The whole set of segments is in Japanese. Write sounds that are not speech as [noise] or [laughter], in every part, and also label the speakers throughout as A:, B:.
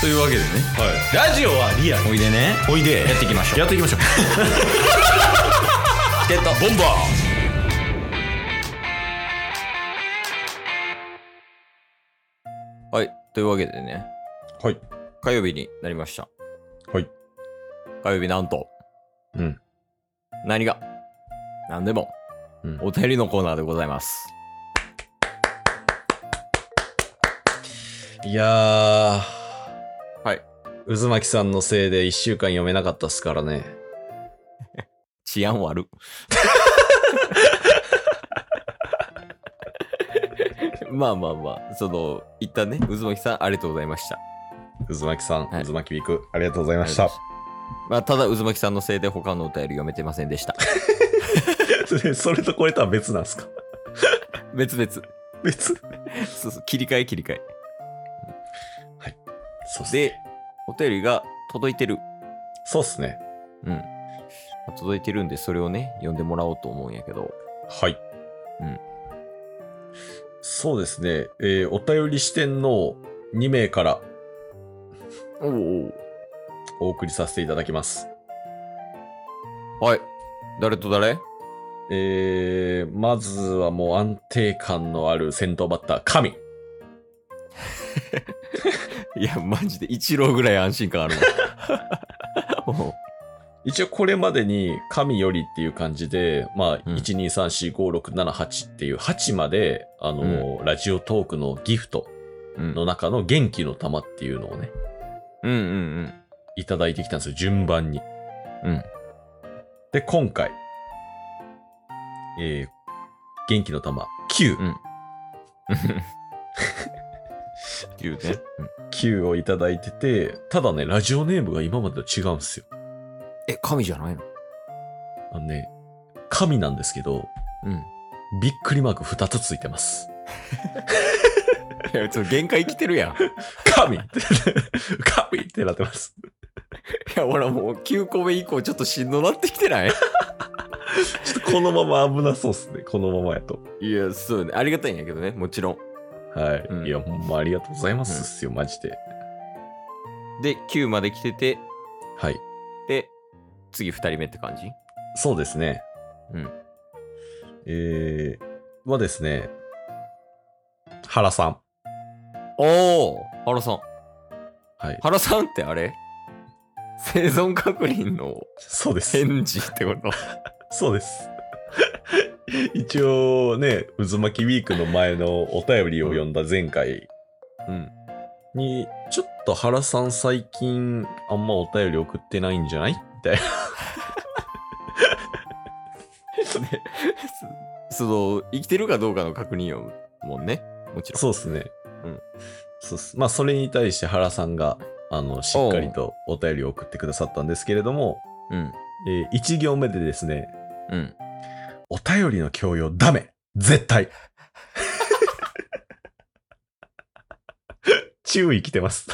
A: というわけでね
B: ラジオはリアル
A: おいでね
B: おいで
A: やっていきましょう
B: やっていきましょう
A: チケットボンバーはいというわけでね
B: はい
A: 火曜日になりました
B: はい
A: 火曜日なんと
B: うん
A: 何が何でも、
B: うん
A: お便りのコーナーでございます
B: いやー
A: はい
B: 渦巻さんのせいで1週間読めなかったっすからね
A: 治安悪まあまあまあその一旦ね渦巻さんありがとうございました
B: 渦巻さん、
A: はい
B: 渦巻ウィークありがとうございま [laughs] した
A: まあ、ただ渦巻さんのせいで他のお便り読めてませんでした
B: それとこれとは別なんすか
A: 別々
B: 別
A: そうそう切り替え切り替え
B: そうっす
A: でお便りが届いてる
B: そうっすね
A: うん届いてるんでそれをね読んでもらおうと思うんやけど
B: はい
A: うん
B: そうですね、えーお便り視点の2名から
A: おお
B: お送りさせていただきます
A: はい誰と誰
B: えー、まずはもう安定感のある先頭バッター、神。
A: いやマジで一郎ぐらい安心感あるわ
B: [laughs]
A: おう
B: 一応これまでに神よりっていう感じで、まあ、
A: うん
B: 1,2,3,4,5,6,7,8っていう8まで、あのーラジオトークのギフト
A: うん
B: の中の元気の玉っていうのをね、
A: うんうん
B: いただいてきたんですよ、順番に。
A: うん [laughs] うん
B: で、今回、えー、元気の玉9、
A: 言うね、うん
B: 9をいただいてて、ただね、ラジオネームが今までと違うんですよ。
A: え神じゃないの
B: あのね、神なんですけど、
A: うん
B: びっくりマーク2つついてます。
A: いやちょっと限界来てるやんい
B: 神 [laughs] 神ってなってます。
A: やほらもう9個目以降ちょっとしんどなってきてない [laughs]
B: ちょっとこのまま危なそうっすね。このままやと。
A: いや、そうね。ありがたいんやけどね、もちろん。
B: はい。
A: うん
B: いや、ほんまありがとうございますっすよ、マジで。
A: で、9まで来てて、
B: はい。
A: で、次2人目って感じ
B: そうですね。
A: うん。
B: えー、はですね、原さん。
A: おお原さん。
B: はい。
A: 原さんってあれ生存確認の
B: そう
A: [laughs]
B: です。
A: 返事ってこと
B: そうです。 [laughs] 一応ね、渦巻きウィークの前のお便りを読んだ前回、
A: うん。
B: に、ちょっと原さん最近あんまお便り送ってないんじゃないみたいな。
A: ねそその、生きてるかどうかの確認をもんね。もちろん。
B: そうですね。
A: うん。
B: そうっす。まあ、それに対して原さんが、あの、しっかりとお便りを送ってくださったんですけれども、
A: うん。
B: えー、1行目でですね、
A: うん。
B: お便りの強要ダメ絶対 [laughs] 注意来てます。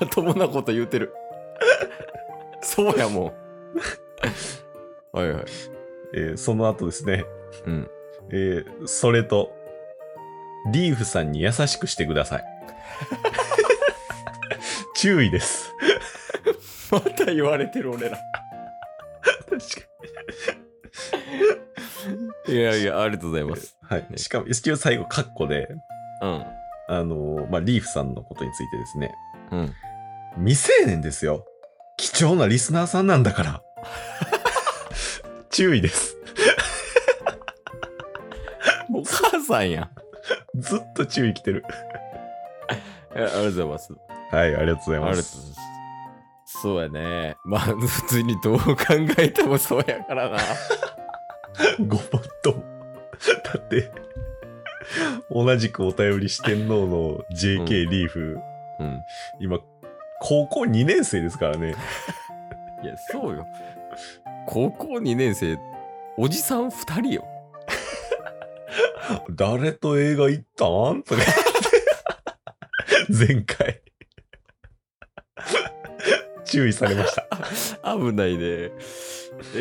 A: まともなこと言うてる。 [laughs] そうやもん。はいはい。
B: えーその後ですね、
A: うん。
B: えーそれと、リーフさんに優しくしてくだ
A: [laughs]
B: さい。注意です。
A: また言われてる俺ら。
B: 確か
A: いやいや、ありがとうございます。
B: はい。しかも、一応最後、カッコで、
A: うん。
B: あのーまあ、リーフさんのことについてですね、
A: うん。
B: 未成年ですよ。貴重なリスナーさんなんだから。 [laughs] 注意です。
A: お母さんやん。
B: ずっと注意来てる。
A: えありがとうございます。
B: はい、ありが
A: あり
B: とうござい
A: がとうござい
B: ま
A: ます
B: す。。
A: そうやね。まあ、普通にどう考えてもそうやからな。
B: ごもっとも。だって、同じくお便り四天王の JK リーフ、
A: うん。
B: 今、高校2年生ですからね。
A: いや、そうよ。高校2年生、おじさん2人よ。
B: 誰と映画行ったんとか言って前回。注意されました。
A: 危ないね。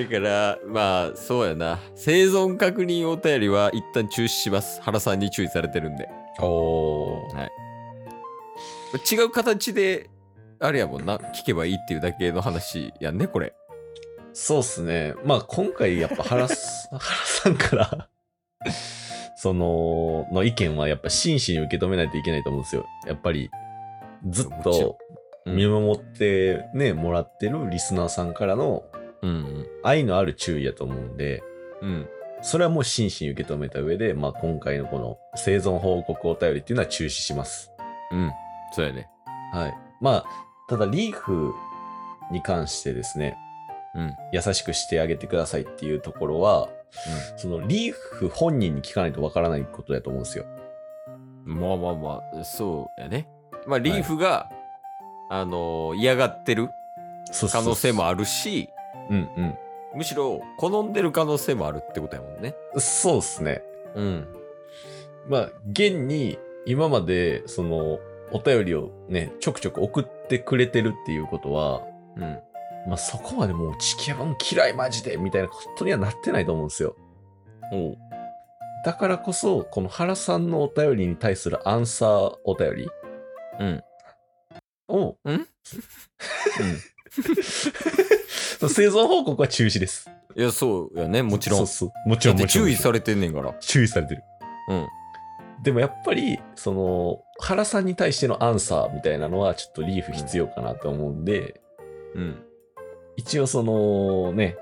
A: だから、まあ、そうやな。生存確認お便りは一旦中止します。原さんに注意されてるんで。
B: お
A: はい違う形で、あれやもんな、聞けばいいっていうだけの話やんね、これ。
B: そうっすね。まあ今回やっぱ
A: [laughs]
B: 原す原さんから、その、の意見はやっぱ真摯に受け止めないといけないと思うんですよ。やっぱり、ずっ
A: もちろ
B: と見守ってね、もらってるリスナーさんからの
A: うん
B: 愛のある注意やと思うんで、
A: うん。うん。
B: それはもう真摯に受け止めた上で、まあ今回のこの生存報告お便りっていうのは中止します。
A: うん。そうやね。
B: はい。まあ、ただリーフに関してですね、
A: うん。
B: 優しくしてあげてくださいっていうところは、そのリーフ本人に聞かないとわからないことだと思うんですよ。
A: まあまあまあ、そうやね。まあ、リーフが、あのー嫌がってる
B: そうそ
A: 可
B: うそう
A: 能性もあるし、
B: うんうん。
A: むしろ好んでる可能性もあるってことやもんね。
B: そうですね。
A: うん。
B: まあ、現に今までそのお便りをね、ちょくちょく送ってくれてるっていうことは、
A: うん。
B: まあそこまでもう地球分嫌いマジでみたいなことにはなってないと思うんですよ。
A: おう。
B: だからこそ、この原さんのお便りに対するアンサーお便り
A: うん。
B: を、 [laughs]
A: んうん
B: 生存報告は中止です。
A: いや、そうやね。もちろん。
B: そうそうもち
A: だっ
B: ろん、
A: て
B: もちろん。
A: 注意されてんねんから。
B: 注意されてる。
A: うん。
B: でもやっぱり、その、原さんに対してのアンサーみたいなのは、ちょっとリーフ必要かなと思うんで、
A: うん。
B: 一応その、ね、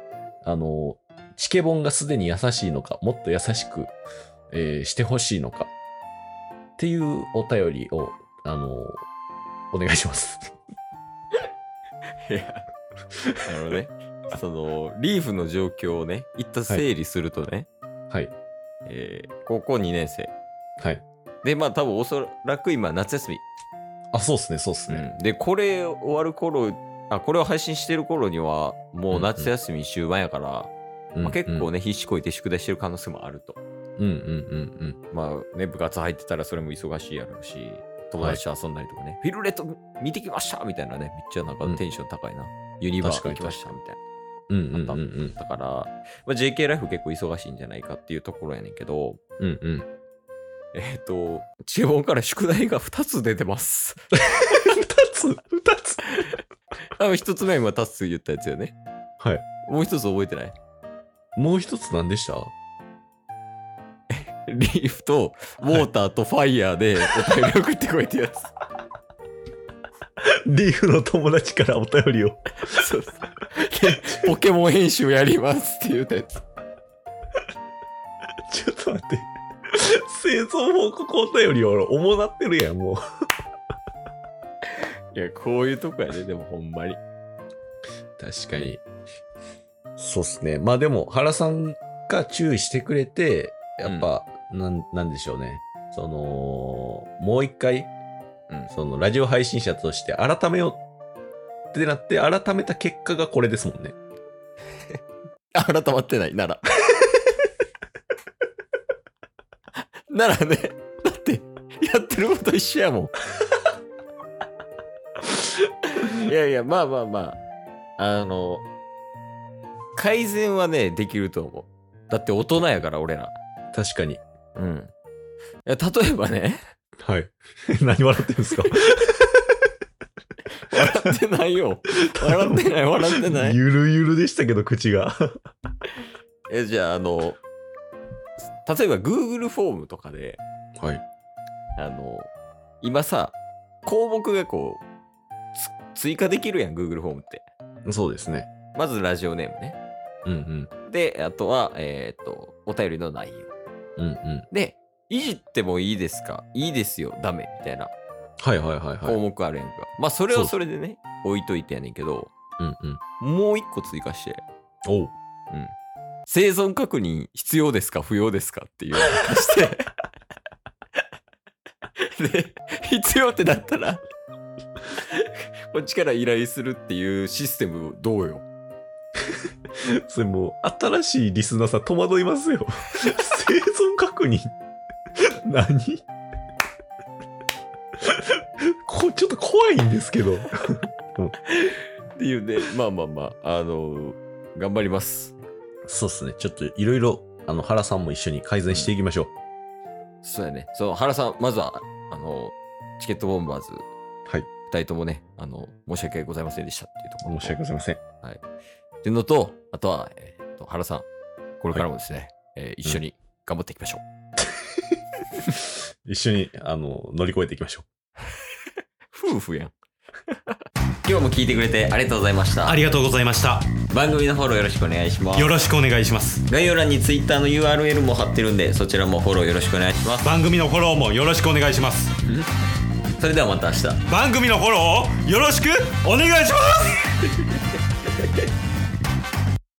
B: あの、チケボンがすでに優しいのか、もっと優しく、えーしてほしいのか、っていうお便りを、あの、お願いします。 [laughs]
A: いや、あのね、その、リーフの状況をね、一旦整理するとね、
B: はい。
A: えー高校2年生。
B: はい。
A: で、まあ多分おそらく今夏休み。
B: あ、そうっすね、そうっすね。
A: で、これ終わる頃、あ、これを配信してる頃には、もう夏休み終盤やから、まあ、結構ね、
B: ね。
A: 必死こいて宿題してる可能性もあると。
B: うんうんうん
A: まあね、部活入ってたらそれも忙しいやろうし、友達と遊んだりとかね、フィルレット見てきましたみたいなね、めっちゃなんかテンション高いな。ユニバー
B: 確か
A: 行
B: に
A: きましたみたいな。
B: うん。うんうんうんうん。
A: だから、まあ、JK ライフ結構忙しいんじゃないかっていうところやねんけど、
B: うんうん。
A: えっ、と、地方から宿題が2つ出てます。
B: 二つ二つ
A: [laughs] あの、1つ目は今タス言ったやつよね。
B: はい。
A: もう1つ覚えてない
B: もう一つ何でした
A: リーフと、ウォーターとファイヤーでお便り送ってこいってやつ。
B: [laughs] [laughs] リーフの友達からお便りを。 [laughs]
A: そうそうでポケモン編集やりますって言ったやつ。
B: ちょっと待って。 [laughs] 生存報告お便りをおもなってるやん、もう。
A: いや、こういうとこやね、でもほんまに。
B: 確かに。そうっすね。まあでも、原さんが注意してくれて、やっぱ、なん、なんでしょうね。その、もう一回、
A: うん
B: その、ラジオ配信者として改めようってなって、改めた結果がこれですもんね。
A: 改まってない、なら。 [laughs] ならね、だって、やってること一緒やもん。い [laughs] やいや、まあまあまあ、あの、改善はね、できると思う。だって大人やから、俺ら。
B: 確かに。
A: うん。いや例えばね、
B: はい。 [laughs] 何笑ってるん [laughs] ですか
A: [laughs] 笑ってないよ。笑ってない、笑って [laughs] ない。
B: ゆるゆるでしたけど、口が。
A: え、じゃあ、あの、例えば Google フォームとかで、
B: はい。
A: あの、今さ、項目がこう、つ追加できるやん、Google フォームって。
B: そうですね。
A: まずラジオネームね。
B: うん
A: で、あとは、えっ、と、お便りの内容。
B: うん。うんうん。
A: で、いじってもいいですかいいですよ、ダメみたいな
B: はいはいはいはい。
A: 項目あるやんか。まあ、それ
B: そ
A: は
B: うです
A: それでね、置いといてやねんけど、
B: うんうん。
A: もう一個追加して、
B: お
A: う
B: う。
A: ん。生存確認必要ですか不要ですかっていうのを足して。で、必要ってなったら、こっちから依頼するっていうシステムどうよ。
B: それもう、新しいリスナーさん戸惑いますよ。生存確認。何こちょっと怖いんですけど。
A: っていうんで、 [laughs] まあまあまあ、あの頑張ります。
B: そうっすね。ちょっといろいろ、あの、原さんも一緒に改善していきましょう。
A: そうやね。そう、原さん、まずは、あのチケットボンバーズ
B: はい。
A: 2人ともね、あの、申し訳ございませんでしたっていうところ
B: 申
A: と。
B: し訳ございません。
A: っていうのと、あとは、えーと、原さん、これからもですね、えー一緒に頑張っていきましょう。
B: 一緒に、あの、乗り越えていきましょう。
A: 夫婦やん。 [laughs] 今日も聞いてくれてありがとうございました
C: あ。りがとうございました。
A: 番組のフォローよろしくお願いします
C: よ。ろしくお願いします。
A: 概要欄に Twitter の URL も貼ってるんで、そちらもフォローよろしくお願いします。
C: 番組のフォローもよろしくお願いします。
A: それではまた明日。
C: 番組のフォローをよろしくお願いします